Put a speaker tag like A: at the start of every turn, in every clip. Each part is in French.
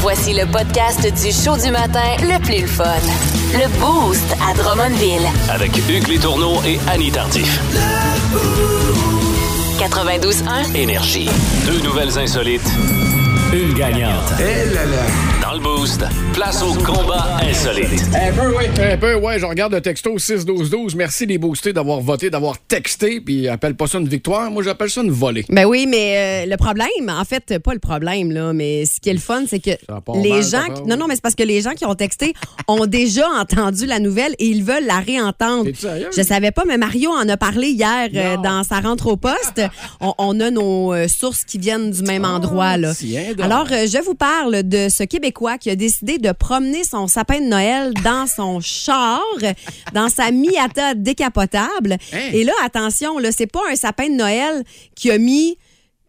A: Voici le podcast du show du matin le plus le fun. Le Boost à Drummondville.
B: Avec Hugues Létourneau et Annie Tardif.
A: 92.1.
B: Énergie. Deux nouvelles insolites. Une gagnante. Dans le boost, place au combat insolite.
C: Un peu, oui.
D: Un peu, ouais, je regarde le texto 6-12-12. Merci les boostés d'avoir voté, d'avoir texté, puis appelle pas ça une victoire. Moi, j'appelle ça une volée.
E: Ben oui, mais euh, le problème, en fait, pas le problème, là, mais ce qui est le fun, c'est que
D: Ça part
E: les
D: mal,
E: gens.
D: papa,
E: qui-
D: oui.
E: Non, non, mais c'est parce que les gens qui ont texté ont déjà entendu la nouvelle et ils veulent la réentendre.
D: T'es-tu sérieux?
E: Je savais pas, mais Mario en a parlé hier euh, dans sa rentre au poste. on, on a nos euh, sources qui viennent du même
D: Ah,
E: endroit, là.
D: tiens donc.
E: Alors, euh, je vous parle de ce Québécois qui a décidé de promener son sapin de Noël dans son char, dans sa Miata décapotable.
D: Hein?
E: Et là, attention, là, c'est pas un sapin de Noël qui a mis.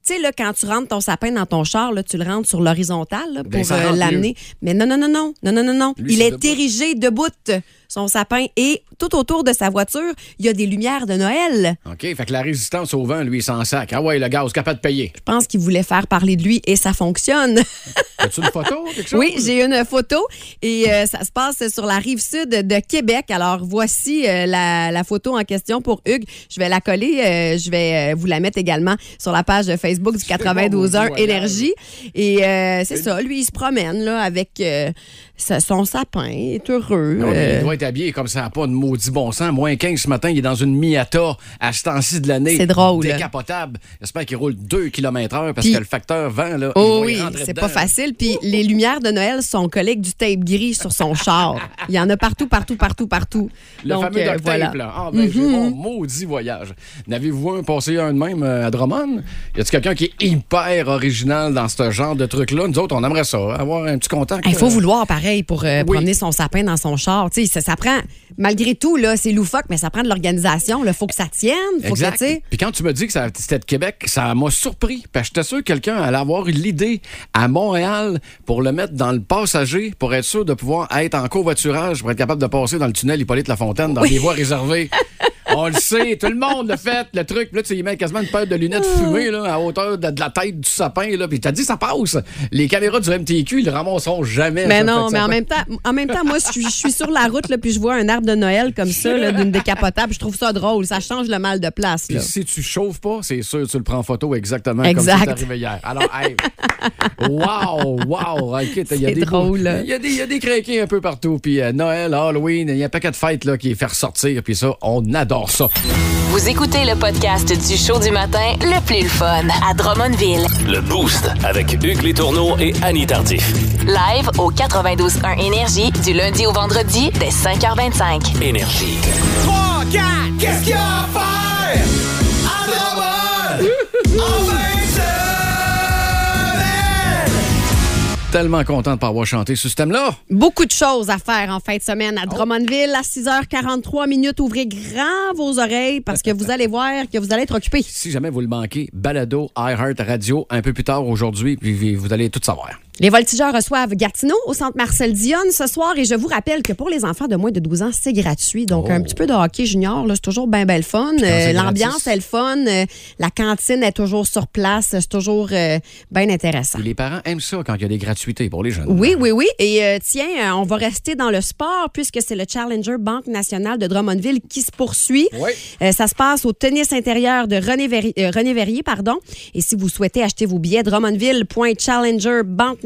E: Tu sais, là, quand tu rentres ton sapin dans ton char, là, tu le rentres sur l'horizontale là,
D: Ben,
E: pour
D: ça
E: euh,
D: rentre
E: l'amener. Mais non, non, non, non, non, non, non, non.
D: Lui,
E: Il
D: c'est
E: est
D: debout.
E: érigé debout, son sapin. Et tout autour de sa voiture, il y a des lumières de Noël.
D: OK, fait que la résistance au vent, lui, il s'en sac. Ah ouais, le gaz, capable de payer.
E: Je pense qu'il voulait faire parler de lui et ça fonctionne.
D: As-tu une photo, quelque chose?
E: Oui, j'ai une photo et euh, ça se passe sur la rive sud de Québec. Alors voici euh, la, la photo en question pour Hugues. Je vais la coller, euh, je vais euh, vous la mettre également sur la page de Facebook du
D: Oh mon
E: 92h
D: voyage.
E: Énergie. Et euh, c'est ça, lui il se promène là avec euh, sa- son sapin, il est heureux.
D: Non, mais
E: euh,
D: Il doit être habillé comme ça, pas de maudit bon sang. Moins 15 ce matin, il est dans une Miata à ce temps-ci de l'année.
E: C'est drôle.
D: Décapotable. J'espère qu'il roule 2 km heure parce
E: Puis-
D: que le facteur vent, là,
E: Oh
D: il
E: oui,
D: va y rentrer
E: c'est pas
D: dedans, là.
E: facile. Puis les lumières de Noël sont collègues du tape gris sur son char. Il y en a partout, partout, partout, partout.
D: Le
E: Donc
D: fameux
E: euh,
D: duct tape,
E: voilà.
D: là. Ah, ben, j'ai mon maudit voyage. N'avez-vous un passé un de même euh, à Drummond? Y a-t-il quelqu'un qui est hyper original dans ce genre de truc-là? Nous autres, on aimerait ça, hein, avoir un petit contact.
E: Il faut
D: euh,
E: vouloir pareil pour euh,
D: oui.
E: promener son sapin dans son char. Tu sais, ça, ça prend, malgré tout, là, c'est loufoque, mais ça prend de l'organisation. Il faut que ça tienne. Faut
D: Exact.
E: Que, ça- tu sais.
D: Puis quand tu me dis que ça- c'était de Québec, ça m'a surpris. Parce que j'étais sûr que quelqu'un allait avoir eu l'idée à Montréal pour le mettre dans le passager pour être sûr de pouvoir être en covoiturage, pour être capable de passer dans le tunnel Hippolyte Lafontaine, dans les voies réservées. On le sait, tout le monde le fait, le truc. Puis là, tu sais, il met quasiment une paire de lunettes
E: Ah.
D: fumées là, à hauteur de, de la tête du sapin. Là. Puis t'as dit, ça passe. Les caméras du MTQ, ils le ramasseront jamais.
E: Mais
D: ça,
E: non,
D: fait que
E: mais
D: ça
E: en
D: fait-
E: même temps, en même temps, moi, je suis- je suis sur la route, là, puis je vois un arbre de Noël comme ça, là, d'une décapotable. Je trouve ça drôle. Ça change le mal de place.
D: Puis
E: là.
D: si tu chauffes pas, c'est sûr, tu le prends en photo exactement
E: Exact.
D: comme c'est arrivé hier. Alors, hey, wow, wow, OK, t'as- il y a
E: C'est
D: des
E: drôle.
D: bou- Il y a des, il y a des craqués un peu partout. Puis euh, Noël, Halloween, il y a un paquet de fêtes là, qui est faire sortir. Puis ça, on adore ça.
A: Vous écoutez le podcast du show du matin le plus le fun à Drummondville.
B: Le boost avec Hugues Létourneau et Annie Tardif.
A: Live au 92.1 Énergie du lundi au vendredi dès 5h25.
B: Énergie.
F: Qu'est-ce qu'il y a à faire? À Drummond! En fin de semaine!
D: Tellement content de ne pas avoir chanté ce système-là.
E: Beaucoup de choses à faire en fin de semaine
D: Oh.
E: à Drummondville à 6h43 minutes. Ouvrez grand vos oreilles parce que vous allez voir que vous allez être occupé.
D: Si jamais vous le manquez, balado, iHeart Radio, un peu plus tard aujourd'hui, puis vous allez tout savoir.
E: Les voltigeurs reçoivent Gatineau au centre Marcel Dionne ce soir et je vous rappelle que pour les enfants de moins de 12 ans, c'est gratuit. Donc, un petit peu de hockey junior, là, c'est toujours bien, bien le fun. Euh,
D: Oh. c'est
E: L'ambiance,
D: gratis.
E: est le fun. Euh, la cantine est toujours sur place. C'est toujours euh, bien intéressant.
D: Puis les parents aiment ça quand il y a des gratuités pour les jeunes.
E: Oui, oui, oui. Et euh, tiens, euh, on va rester dans le sport puisque c'est le Challenger Banque nationale de Drummondville qui se poursuit.
D: Oui.
E: Euh, ça se passe au tennis intérieur de René, Verri- euh, René Verrier. Pardon. Et si vous souhaitez acheter vos billets, drummondville.challengerbanquenationale.com.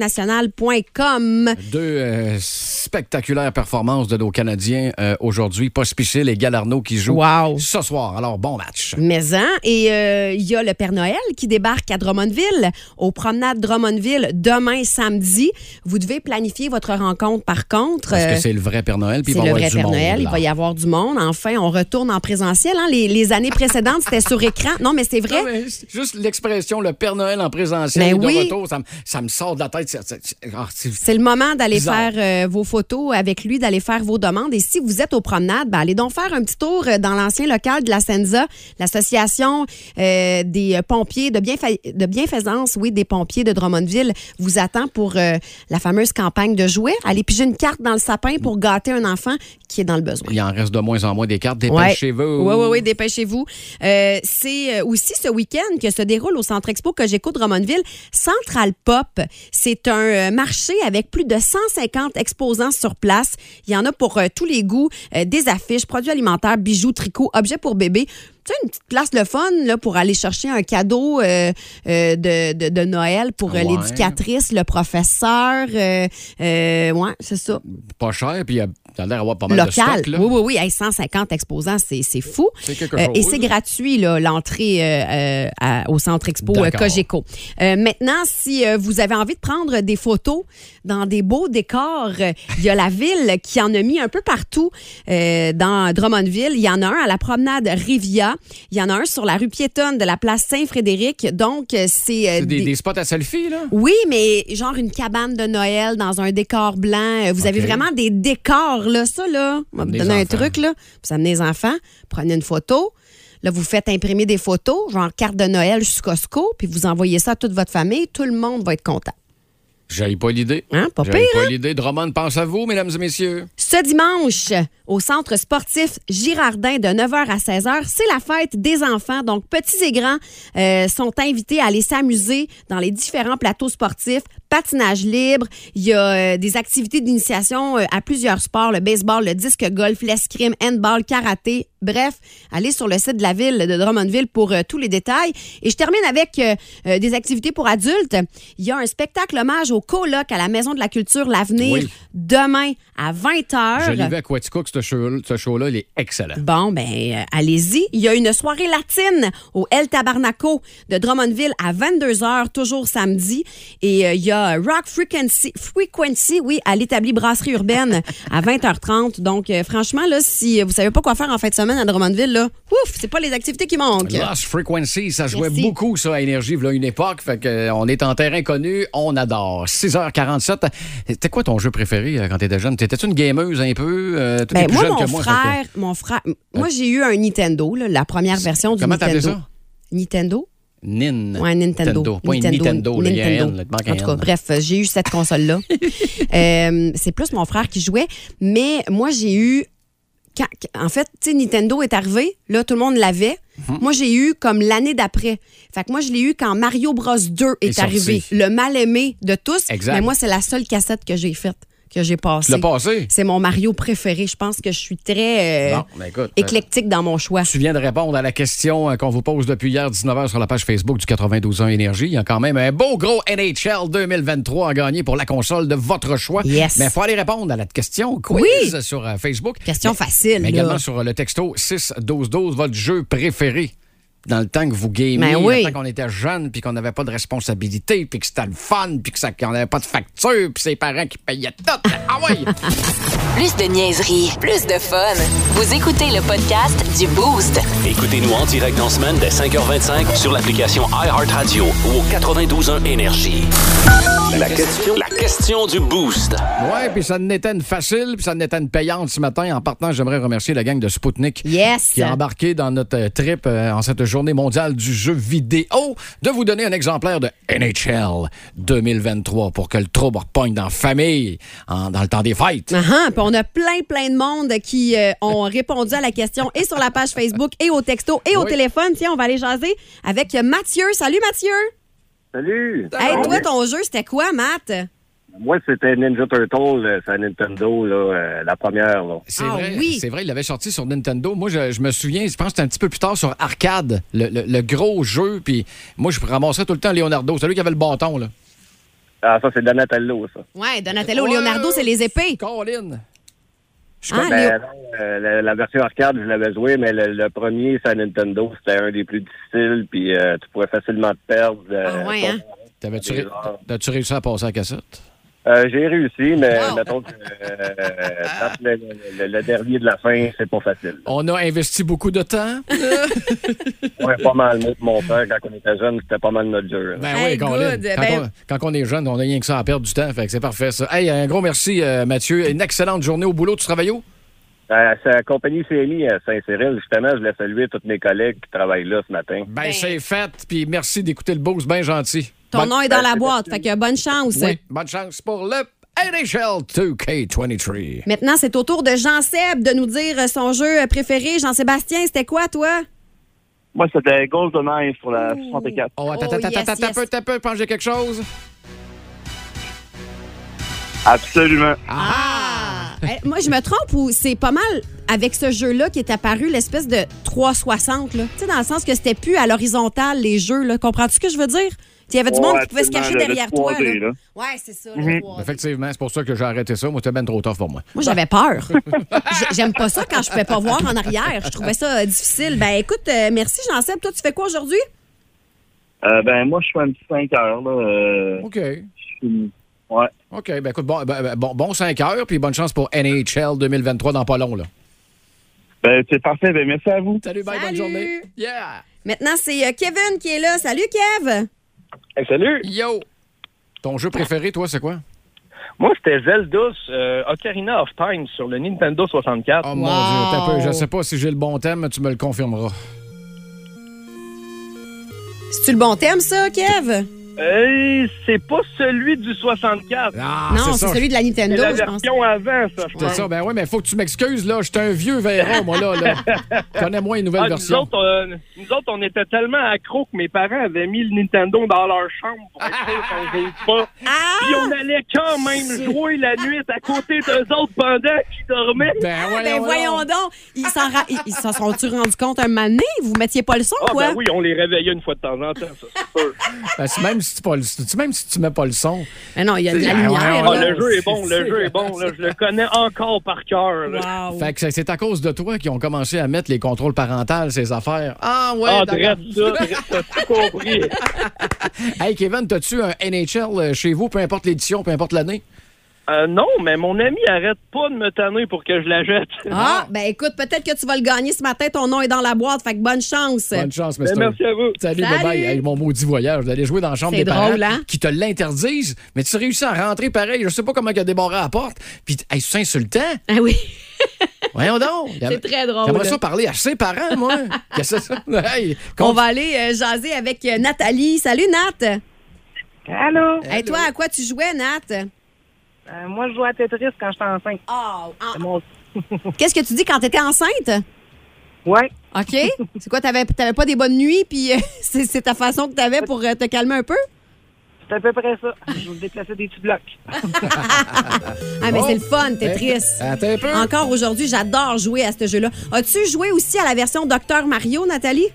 D: Deux euh, spectaculaires performances de nos Canadiens euh, aujourd'hui. Pospichil et Galarno qui jouent
E: Wow.
D: ce soir. Alors, bon match.
E: Maison. Et euh, il y a le Père Noël qui débarque à Drummondville, aux promenades Drummondville, demain samedi. Vous devez planifier votre rencontre par contre.
D: Parce que
E: Euh,
D: c'est le vrai Père Noël. Puis
E: c'est
D: il va
E: le
D: y avoir
E: vrai
D: du
E: Père
D: monde,
E: Noël, il
D: là.
E: va y avoir du monde. Enfin, on retourne en présentiel. hein. Les, les années précédentes, c'était sur écran. Non, mais c'est vrai.
D: Non, mais c'est juste l'expression le Père Noël en présentiel
E: Mais
D: et de
E: Ben oui.
D: retour, ça me, ça me sort de la tête. C'est- c'est- c'est- ah, c'est-
E: C'est le moment d'aller
D: Bizarre.
E: faire euh, vos photos avec lui, d'aller faire vos demandes. Et si vous êtes aux promenades, ben, allez donc faire un petit tour euh, dans l'ancien local de la Senza, l'association euh, des euh, pompiers de, bienfai- de bienfaisance, oui, des pompiers de Drummondville vous attend pour euh, la fameuse campagne de jouets. Allez piger une carte dans le sapin pour gâter un enfant qui est dans le besoin.
D: Il en reste de moins en moins des cartes.
E: Ouais.
D: Dépêchez-vous.
E: Oui, oui, oui, dépêchez-vous. Euh, c'est euh, aussi ce week-end que se déroule au Centre Expo que j'écoute Drummondville, Central Pop. C'est c'est un euh, marché avec plus de 150 exposants sur place. Il y en a pour euh, tous les goûts, euh, des affiches, produits alimentaires, bijoux, tricots, objets pour bébés. Tu sais, une petite place le fun là, pour aller chercher un cadeau euh, euh, de, de- de Noël pour euh,
D: Ouais.
E: l'éducatrice, le professeur. euh, euh, ouais, c'est ça.
D: Pas cher, puis il y a t'as l'air d'avoir pas mal de
E: Local.
D: stock. Là.
E: oui, oui, oui. Hey, 150 exposants, c'est c'est fou.
D: C'est quelque
E: Euh, et
D: chose.
E: c'est gratuit, là, l'entrée euh, euh, à- au Centre Expo euh,
D: D'accord.
E: Cogeco. Euh, maintenant, si euh, vous avez envie de prendre des photos dans des beaux décors, euh, il y a la ville qui en a mis un peu partout euh, dans Drummondville. Il y en a un à la promenade Rivia. Il y en a un sur la rue piétonne de la place Saint-Frédéric. Donc, euh, c'est euh,
D: C'est des,
E: des-
D: des spots à selfie, là?
E: oui, mais genre une cabane de Noël dans un décor blanc. Euh, Vous avez
D: Ok.
E: vraiment des décors, là, ça, là. On va vous
D: Amenez
E: donner un
D: les enfants.
E: truc, là. Vous amenez les enfants, prenez une photo. Là, vous faites imprimer des photos, genre carte de Noël sur Costco, puis vous envoyez ça à toute votre famille. Tout le monde va être content.
D: J'ai pas l'idée.
E: Hein, pas
D: J'ai
E: pire,
D: pas
E: hein?
D: l'idée. Drummond pense à vous, mesdames et messieurs.
E: Ce dimanche, au centre sportif Girardin de 9h à 16h, c'est la fête des enfants. Donc, petits et grands euh, sont invités à aller s'amuser dans les différents plateaux sportifs. Patinage libre, il y a euh, des activités d'initiation euh, à plusieurs sports, le baseball, le disque golf, l'escrime, handball, karaté. Bref, allez sur le site de la ville de Drummondville pour euh, tous les détails. Et je termine avec euh, euh, des activités pour adultes. Il y a un spectacle hommage au colloque à la Maison de la Culture L'Avenir
D: Oui.
E: demain à 20
D: Je l'ai
E: h.
D: vu à Quaticook, ce show- ce show-là, il est excellent.
E: Bon, ben, euh, allez-y. Il y a une soirée latine au El Tabarnaco de Drummondville à 22h, toujours samedi. Et euh, il y a Rock Frequency, Frequency oui, à l'établi Brasserie Urbaine à 20h30. Donc, euh, franchement, là, si vous savez pas quoi faire en fin de semaine à Drummondville, là, ouf, c'est pas les activités qui manquent.
D: Lost Frequency, ça jouait
E: Merci.
D: beaucoup ça à Énergie, voilà une époque. Fait que, euh, on est en terrain connu, on adore. 6h47. C'était quoi ton jeu préféré euh, quand t'étais jeune? T'étais-tu une gameuse un peu? Euh, toi, t'es
E: Ben,
D: plus
E: moi,
D: jeune
E: mon
D: que moi, euh. fait que-
E: frère, mon frère, moi, j'ai eu un Nintendo, là, la première version du
D: Comment
E: Nintendo.
D: t'appelais ça?
E: Nintendo?
D: Nin.
E: Ouais, Nintendo.
D: Pas une Euh, Nintendo, là, il y a un N, là, il te manque un
E: En tout cas,
D: N.
E: bref, euh, j'ai eu cette console-là. Euh, c'est plus mon frère qui jouait, mais moi, j'ai eu. quand- quand- en fait, tu sais, Nintendo est arrivé, là, tout le monde l'avait.
D: Mhm.
E: Moi, j'ai eu comme l'année d'après. Fait que moi, je l'ai eu quand Mario Bros 2 est,
D: Est sorti.
E: arrivé. Le mal-aimé de tous.
D: Exact.
E: Mais moi, c'est la seule cassette que j'ai faite, que j'ai
D: Tu
E: passée.
D: l'as passé?
E: C'est mon Mario préféré. Je pense que je suis très euh,
D: Bon, ben écoute, euh,
E: éclectique dans mon choix.
D: Tu viens de répondre à la question euh, qu'on vous pose depuis hier 19h sur la page Facebook du 92.1 Énergie. Il y a quand même un beau gros NHL 2023 à gagner pour la console de votre choix.
E: Yes.
D: Mais il faut aller répondre à la question quiz
E: Oui.
D: sur euh, Facebook.
E: Question
D: Mais-
E: facile,
D: Mais
E: là.
D: également sur euh, le texto 6-12-12, votre jeu préféré. Dans le temps que vous gamiez,
E: Ben oui.
D: dans le temps qu'on était jeune, puis qu'on n'avait pas de responsabilité, puis que c'était le fun, puis que ça- qu'on n'avait pas de facture, puis ses parents qui payaient tout. Ah oui!
A: Plus de niaiserie, plus de fun. Vous écoutez le podcast du Boost.
B: Écoutez-nous en direct en semaine dès 5h25 sur l'application iHeartRadio ou au 921 Énergie. La question, la question du boost.
D: Ouais, puis ça n'était une facile, puis ça n'était une payante ce matin. En partant, j'aimerais remercier la gang de Spoutnik
E: Yes!
D: qui a embarqué dans notre euh, trip euh, en cette journée mondiale du jeu vidéo de vous donner un exemplaire de NHL 2023 pour que le trouble repogne dans la famille en- dans le temps des fêtes.
E: Ah, puis on a plein, plein de monde qui euh, ont répondu à la question et sur la page Facebook et au texto et au
D: Oui.
E: téléphone. Tiens, on va aller jaser avec Mathieu. Salut Mathieu!
C: Salut! Ah,
E: Hey, toi, ton jeu, c'était quoi, Matt?
C: Moi, c'était Ninja Turtle, euh, sur la Nintendo, là, euh, la première. Là.
D: C'est
E: Ah
D: vrai,
E: oui.
D: c'est vrai, il l'avait sorti sur Nintendo. Moi, je, je me souviens, je pense que c'était un petit peu plus tard sur Arcade, le, le- le gros jeu. Puis moi, je ramassais tout le temps Leonardo, celui qui avait le bâton, là.
C: Ah, ça, c'est Donatello, ça.
E: Ouais, Donatello, Leonardo, c'est les épées.
D: Colin!
E: Hein, Léo-
C: Ben, euh, la, la version arcade, je l'avais joué, mais le, le premier, sur la Nintendo, c'était un des plus difficiles, puis euh, tu pouvais facilement te perdre. euh,
E: Ah ouais,
C: ton-
E: hein?
D: T'avais-tu ré- t'as-tu réussi à passer à la cassette?
C: Euh, J'ai réussi, mais
E: Wow.
C: mettons que euh, parce que le, le- le dernier de la fin, c'est pas facile.
D: On a investi beaucoup de temps.
C: Ouais, pas mal, moi, pis mon frère, quand on était jeune, c'était pas mal notre jeu. là.
D: Ben
E: Hey,
D: oui, Colin.
E: good.
D: Quand,
E: Ben-
D: on, quand on est jeune, on a rien que ça à perdre du temps. Fait que c'est parfait, ça. Hey, un gros merci, euh, Mathieu. Une excellente journée au boulot. Tu travailles où?
C: Euh, c'est la compagnie CMI à Saint-Cyril, justement, je voulais saluer tous mes collègues qui travaillent là ce matin.
D: Ben, c'est fait. Puis merci d'écouter le boost. Bien gentil.
E: ton
D: Bonne-
E: nom est dans la boîte, fait que bonne chance.
D: Oui, bonne chance pour le NHL 2K23.
E: Maintenant, c'est au tour de Jean-Seb de nous dire son jeu préféré. Jean-Sébastien, c'était quoi, toi?
G: Moi, c'était Golf de Knife pour la 64.
D: Oh, attends,
E: Oh,
D: attends,
E: yes,
D: attends,
E: yes.
D: un peu, attends un peu. Pense que j'ai quelque chose.
G: Absolument.
E: Ah! Eh, Moi, je me trompe ou c'est pas mal avec ce jeu-là qui est apparu, l'espèce de 360, là. Tu sais, dans le sens que c'était plus à l'horizontale, les jeux, là. Comprends-tu ce que je veux dire? Il y avait du
G: Ouais,
E: monde qui pouvait se cacher
G: absolument, le
E: derrière toi,
G: 3D,
E: là.
G: là.
E: Ouais, c'est ça, le 3D.
D: Effectivement, c'est pour ça que j'ai arrêté ça. Moi, c'était ben trop tough pour moi.
E: Moi, j'avais peur. J- J'aime pas ça quand je pouvais pas voir en arrière. Je trouvais ça euh, difficile. Ben, écoute, euh, merci, Jean-Seb. Toi, tu fais quoi aujourd'hui?
G: Euh, ben, moi, je suis un petit 5 heures, là. euh,
D: OK.
G: je suis- Ouais.
D: OK. Ben écoute, bon, ben, ben, bon, bon 5 heures, puis bonne chance pour NHL 2023 dans pas long, là.
G: Ben, c'est parfait. Ben, merci à vous.
D: Salut, bye, bonne
E: Salut!
D: journée. Yeah!
E: Maintenant, c'est euh, Kevin qui est là. Salut, Kev!
C: Hey, Ben, salut!
D: Yo! Ton jeu préféré, toi, c'est quoi?
C: Moi, c'était Zelda euh, Ocarina of Time sur le Nintendo 64.
D: Oh mon Dieu, t'as peu. Je sais pas si j'ai le bon thème, mais tu me le confirmeras.
E: C'est-tu le bon thème, ça, Kev?
C: Euh, c'est pas celui du 64.
D: Ah,
E: non, c'est
D: ça.
E: celui de la
C: C'est
E: Nintendo,
C: la
E: je pense.
C: version avant, ça.
D: C'est ça, ben oui, mais faut que tu m'excuses, là. J'étais un vieux verra, moi, là. là. Connais-moi une nouvelle
C: Ah, nous,
D: version.
C: autres, euh, nous autres, on était tellement accros que mes parents avaient mis le Nintendo dans leur chambre pour être sûr qu'on joue pas. Puis
E: Ah!
C: on allait quand même jouer la nuit à côté d'eux autres pendant qu'ils dormaient.
D: Ben,
E: Ah, ben voyons donc! Ils s'en ra- ils- ils s'en sont-tu rendus compte un moment donné? Vous mettiez pas le son,
C: Ah,
E: quoi?
C: ben oui, on les réveillait une fois de temps en temps, ça, c'est sûr.
D: Ben, si- même, si tu pas le- si- même si tu mets pas le son.
E: Mais non, il y a de la
D: Ah, ouais,
E: lumière,
C: Ah,
D: ouais,
E: là.
C: le jeu est bon, le jeu est bon. là. Je le connais encore par cœur. là.
E: Wow.
D: Oh. Fait que c'est- c'est à cause de toi qu'ils ont commencé à mettre les contrôles parentaux, ces affaires. Ah ouais,
C: Ah,
D: d'accord.
C: dresse ça, dresse ça, t'as tout compris.
D: Hey Kevin, t'as-tu un NHL euh, chez vous, peu importe l'édition, peu importe l'année?
C: Euh, non, mais mon ami arrête pas de me tanner pour que je la jette.
E: Ah, ben écoute, peut-être que tu vas le gagner ce matin. Ton nom est dans la boîte, fait que bonne chance.
D: Bonne chance,
C: Ben,
D: Mr.
C: merci à vous.
D: Salut,
E: Salut.
D: bye bye. Hey, mon maudit voyage, d'aller jouer dans la chambre
E: C'est
D: des parents
E: drôle, hein?
D: qui te l'interdisent, mais tu réussis à rentrer pareil. Je sais pas comment il a débarré à la porte. Puis, hey, c'est insultant.
E: Ah oui,
D: Voyons donc.
E: c'est très drôle.
D: J'aimerais ça parler à ses parents, moi. Qu'est-ce que c'est ça? Hey,
E: On va aller euh, jaser avec euh, Nathalie. Salut, Nat!
H: Allô?
E: Et toi, à quoi tu jouais, Nat?
H: Euh, moi, je joue à Tetris quand j'étais enceinte.
E: Oh, en-
H: C'est mon-
E: Qu'est-ce que tu dis quand t'étais enceinte?
H: Ouais.
E: OK. C'est quoi, t'avais, t'avais pas des bonnes nuits, puis euh, c'est, c'est ta façon que t'avais pour euh, te calmer un peu?
H: C'est à peu près ça. Je vous déplaçais des petits blocs.
E: Ah, mais
D: Oh.
E: c'est le fun,
D: Ben,
E: Tetris.
D: Attends un
H: Mmh.
D: peu.
E: Encore aujourd'hui, j'adore jouer à ce jeu-là. As-tu joué aussi à la version Docteur Mario, Nathalie?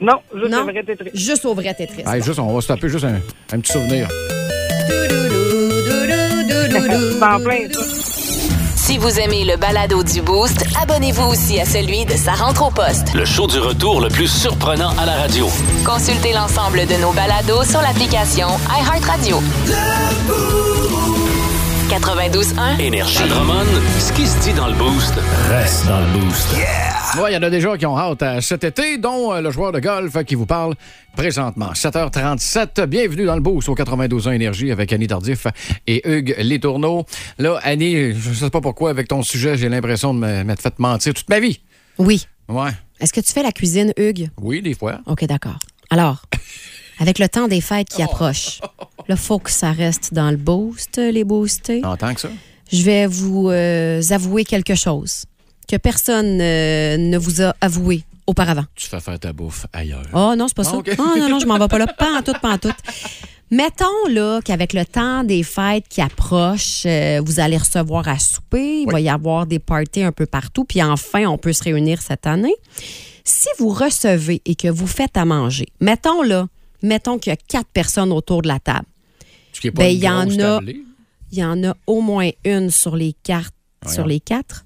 H: Non, juste
E: Non.
H: le vrai Tetris.
E: Juste au vrai Tetris.
D: Hey, juste, on va se taper juste un, un petit souvenir.
H: C'est en plein, ça.
A: Si vous aimez le balado du Boost, abonnez-vous aussi à celui de Sa rentre au poste.
B: Le show du retour le plus surprenant à la radio.
A: Consultez l'ensemble de nos balados sur l'application iHeartRadio. 92.1.
B: Énergie. À Drummond, ce qui se dit dans le boost reste dans le boost.
D: Ouais, il y en a des gens qui ont hâte à cet été, dont euh, le joueur de golf qui vous parle présentement. 7h37, bienvenue dans le boost au 92 ans Énergie avec Annie Tardif et Hugues Létourneau. Là, Annie, je sais pas pourquoi, avec ton sujet, j'ai l'impression de me- m'être fait mentir toute ma vie.
E: Oui.
D: Ouais.
E: Est-ce que tu fais la cuisine, Hugues?
D: Oui, des fois.
E: OK, d'accord. Alors, avec le temps des fêtes
H: Oh.
E: qui approche, il faut que ça reste dans le boost, les boostés.
D: En tant que ça.
E: Je vais vous euh, avouer quelque chose que personne euh, ne vous a avoué auparavant.
D: Tu fais faire ta bouffe ailleurs.
E: Oh non, c'est pas ça.
D: Ah, ok.
E: Oh non, non, je m'en vais pas là. Pas en tout, pas en tout. Mettons là qu'avec le temps des fêtes qui approche, euh, vous allez recevoir à souper, il va y avoir des parties un peu partout, puis enfin on peut se réunir cette année. Si vous recevez et que vous faites à manger, mettons là, mettons qu'il y a quatre personnes autour de la table,
D: Ce qui est
E: ben,
D: une
E: il y en
D: grosse
E: a-
D: tablée.
E: il y en a au moins une sur les cartes,
D: Voyons.
E: sur les quatre,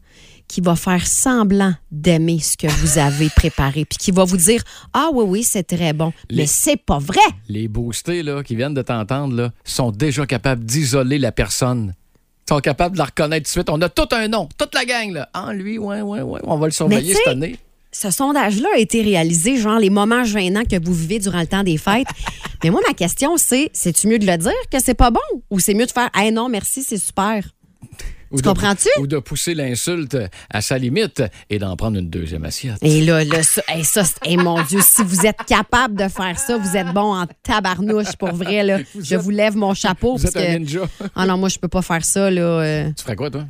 E: qui va faire semblant d'aimer ce que vous avez préparé, puis qui va vous dire ah oui oui c'est très bon,
D: Les-
E: mais c'est pas vrai.
D: Les boostés là, qui viennent de t'entendre là, sont déjà capables d'isoler la personne. Ils sont capables de la reconnaître tout de suite. On a tout un nom, toute la gang. Là. Ah, lui, ouais, ouais, ouais. On va le surveiller
E: Mais tu
D: cette
E: sais-
D: année.
E: Ce sondage-là a été réalisé, genre les moments gênants que vous vivez durant le temps des fêtes. Mais moi, ma question, c'est c'est-tu mieux de le dire que c'est pas bon ou c'est mieux de faire Hey, non, merci, c'est super?
D: Ou
E: Tu
D: de-
E: comprends-tu?
D: Ou de pousser l'insulte à sa limite et d'en prendre une deuxième assiette.
E: Et là, là ça, hey, ça c'est- hey, mon Dieu, si vous êtes capable de faire ça, vous êtes bon en tabarnouche pour vrai. Là. Je
D: êtes-
E: vous lève mon chapeau.
D: Vous êtes
E: parce
D: un
E: que-
D: ninja.
E: Ah non, moi, je peux pas faire ça. Là, euh,
D: Tu ferais quoi, toi?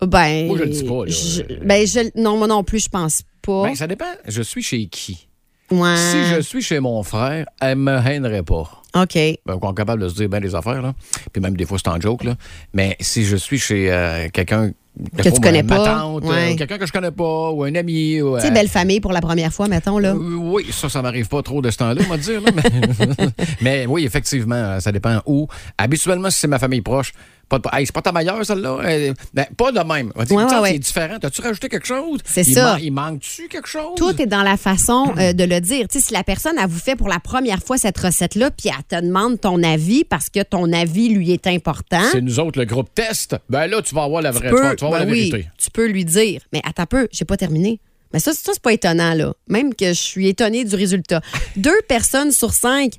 E: ben,
D: Moi, je le dis pas, là. euh,
E: je- ben, je- non, moi non plus, je pense pas.
D: Ben, ça dépend. Je suis chez qui?
E: Ouais.
D: Si je suis chez mon frère, elle me haïnerait pas.
E: OK.
D: Ben, on est capable de se dire bien des affaires, là. Puis même des fois, c'est en joke, là. Mais si je suis chez euh, quelqu'un.
E: Que tu connais
D: ma
E: pas,
D: tante, euh,
E: ouais.
D: ou quelqu'un que je connais pas, ou un ami. Ou,
E: Tu sais,
D: euh,
E: belle famille pour la première fois, mettons, là.
D: euh, Oui, ça, ça m'arrive pas trop de ce temps-là, on va dire. là, mais... mais oui, effectivement, euh, ça dépend où. Habituellement, si c'est ma famille proche, pas de... Hey, c'est pas ta meilleure, celle-là? Euh, ben, pas de même. On va dire,
E: Ouais,
D: il me semble
E: ouais,
D: que
E: ouais.
D: C'est différent. T'as-tu rajouté quelque chose?
E: C'est
D: Il
E: ça.
D: man- Il manque-tu quelque chose?
E: Tout est dans la façon euh, de le dire. Tu sais, si la personne, elle vous fait pour la première fois cette recette-là, puis elle te demande ton avis parce que ton avis lui est important.
D: C'est nous autres, le groupe test. Ben là, tu vas avoir la vraie. Tu,
E: hein? peux-
D: vas, tu vas avoir
E: ben
D: la
E: oui,
D: vérité.
E: tu peux lui dire, mais attends un peu, j'ai pas terminé. Mais ça, c'est- ça, c'est pas étonnant, là. Même que je suis étonnée du résultat. Deux personnes sur cinq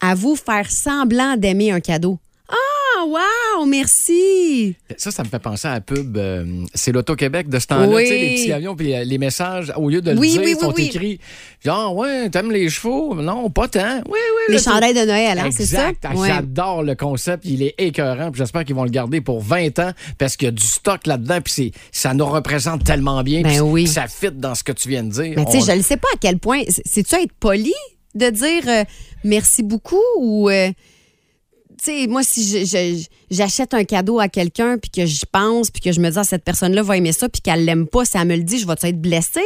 E: avouent faire semblant d'aimer un cadeau. Ah, wow, merci!
D: Ça, ça me fait penser à la pub. euh, c'est l'Auto-Québec de ce temps-là.
E: Oui.
D: Tu sais, les petits avions, puis euh, les messages, au lieu de le
E: Oui,
D: dire,
E: oui, oui,
D: sont
E: oui.
D: écrits. Genre, ouais, t'aimes les chevaux? Non, pas tant. Oui, oui.
E: Les
D: là, tu-
E: chandails de Noël, hein, c'est ça?
D: Exact. Ah,
E: Ouais.
D: J'adore le concept. Il est écœurant. puis J'espère qu'ils vont le garder pour 20 ans parce qu'il y a du stock là-dedans. Puis c'est- ça nous représente tellement bien.
E: Ben
D: puis
E: oui.
D: Ça fit dans ce que tu viens de dire.
E: Mais tu
D: On-
E: sais, je ne sais pas à quel point. c- C'est-tu être poli de dire euh, merci beaucoup ou. euh, tu sais, moi, si je- je- j'achète un cadeau à quelqu'un, puis que j'y pense, puis que je me dis, ah, cette personne-là va aimer ça, puis qu'elle l'aime pas, si elle me le dit, je vais-tu être blessée?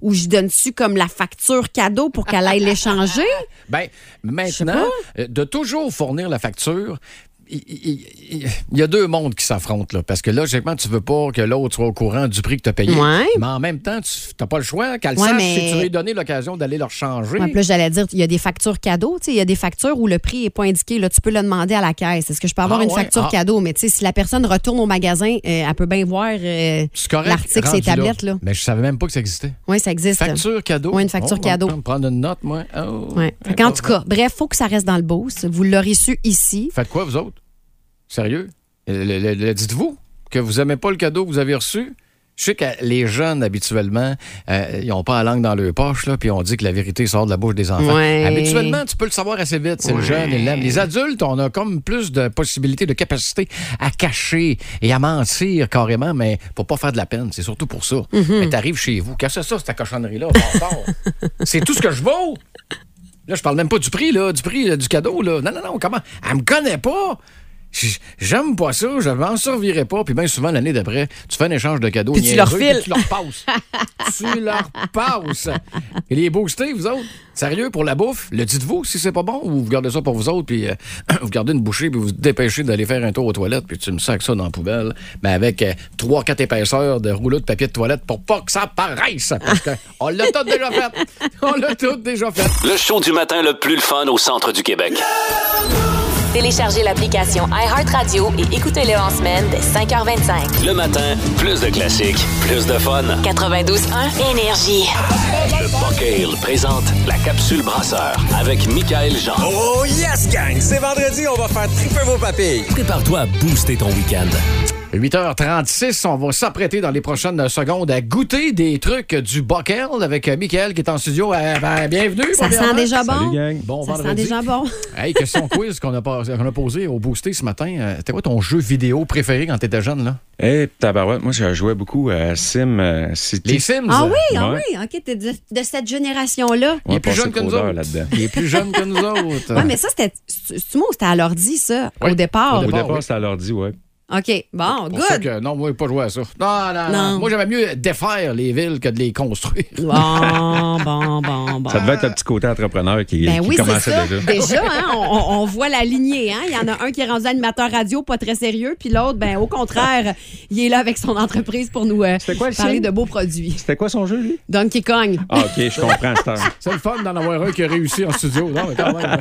E: Ou je donne-tu comme la facture cadeau pour qu'elle aille l'échanger?
D: Ben, maintenant, euh, de toujours fournir la facture. Il il- il- il y a deux mondes qui s'affrontent, là, parce que logiquement, tu veux pas que l'autre soit au courant du prix que tu as payé.
E: Ouais.
D: Mais en même temps, tu n'as pas le choix qu'elle le
E: Ouais,
D: sache
E: mais-
D: si tu lui as donné l'occasion d'aller leur changer.
E: Ouais, puis là, j'allais dire, il y a des factures cadeaux, tu sais, il y a des factures où le prix n'est pas indiqué, là, tu peux le demander à la caisse. Est-ce que je peux avoir
D: Ah,
E: une
D: ouais,
E: facture
D: ah.
E: cadeau? Mais tu sais, si la personne retourne au magasin, euh, elle peut bien voir euh,
D: C'est correct,
E: l'article,
D: rendu
E: ses tablettes, là.
D: Mais je savais même pas que ça existait.
E: Oui, ça existe.
D: Facture cadeau.
E: Ouais, une facture
D: on va
E: cadeau.
D: prendre- prendre une note, moi. Oh.
E: Ouais. Fait qu'en tout cas, bref, faut que ça reste dans le boost. Vous l'aurez su ici.
D: Faites quoi, vous autres? Sérieux? Le- le- le- le- Dites-vous que vous aimez pas le cadeau que vous avez reçu? Je sais que les jeunes, habituellement, euh, ils ont pas la langue dans leur poche, là, puis on dit que la vérité sort de la bouche des enfants.
E: Ouais.
D: Habituellement, tu peux le savoir assez vite. C'est le jeune, il l'aime. Les adultes, on a comme plus de possibilités, de capacité à cacher et à mentir carrément, mais pour pas faire de la peine. C'est surtout pour ça. Mais t'arrives chez vous, casse ça, cette cochonnerie-là, bâtard. C'est tout ce que je vaux! Là, je parle même pas du prix, là, du prix euh, du cadeau, là. Non, non, non, comment? Elle me connaît pas! J- J'aime pas ça, je m'en servirai pas. Puis bien souvent, l'année d'après, tu fais un échange de cadeaux.
E: Puis tu
D: niaiseux,
E: leur files.
D: puis Tu leur passes. tu leur passes. Et les boostés, vous autres, sérieux, pour la bouffe, le dites-vous si c'est pas bon ou vous gardez ça pour vous autres, puis euh, vous gardez une bouchée, puis vous vous dépêchez d'aller faire un tour aux toilettes, puis tu me sacs ça dans la poubelle, mais avec euh, trois, quatre épaisseurs de rouleaux de papier de toilette pour pas que ça paraisse. Parce que on l'a tout déjà fait. On l'a tout déjà fait.
B: Le show du matin le plus le fun au centre du Québec.
A: Téléchargez l'application iHeartRadio et écoutez-le en semaine dès 5h25.
B: Le matin, plus de classiques, plus de fun.
A: 92.1 Énergie.
B: Le Buckale présente la capsule brasseur avec Michael Jean.
F: Oh yes, gang! C'est vendredi, on va faire triper vos papilles.
B: Prépare-toi à booster ton week-end.
D: 8h36, on va s'apprêter dans les prochaines secondes à goûter des trucs du Buckle avec euh, Mickaël qui est en studio. Euh, ben, bienvenue.
E: Ça
D: premièrement.
E: sent déjà bon.
D: Bon
E: ça sent
D: vendredi.
E: déjà bon.
D: Hey, question quiz qu'on a, pas- qu'on a posé au Boosté ce matin. Euh, C'était quoi ton jeu vidéo préféré quand t'étais jeune, là?
I: Eh, tabarouette, moi, je jouais beaucoup à Sim euh, City.
D: Les Sims.
E: Ah oui, ah
I: Ouais.
E: oui. OK, t'es de, de cette génération-là.
D: Il
I: On
D: est
I: a
D: plus
I: passé
D: jeune que
I: trop
D: nous
I: d'heures
D: autres.
I: là-dedans.
D: Il est plus jeune que nous autres.
E: Oui, mais ça, c'était. C'est moi ou c'était à l'ordi, ça,
D: Ouais,
E: au départ?
D: au
I: Au
D: Bon,
I: départ,
D: oui.
I: c'était à l'ordi, ouais.
E: OK, bon,
D: Pour ceux
E: good.
D: que- non, moi, j'ai pas joué à ça. Non, non, non.
E: Non.
D: Moi, j'aimais mieux défaire les villes que de les construire.
E: Bon, bon, bon, bon.
I: Ça devait être un petit côté entrepreneur qui,
E: Ben
I: qui
E: oui, c'est
I: commençait
E: ça.
I: déjà.
E: hein, on- on, on voit la lignée. Hein? Il y en a un qui est rendu animateur radio, pas très sérieux, puis l'autre, ben au contraire, il est là avec son entreprise pour nous euh,
I: C'était quoi le
E: parler
I: signe?
E: de beaux produits.
I: C'était quoi son jeu, lui?
E: Donkey Kong.
I: Ah, OK, je comprends, Star.
D: C'est le fun d'en avoir un qui a réussi en studio. Non, mais quand même.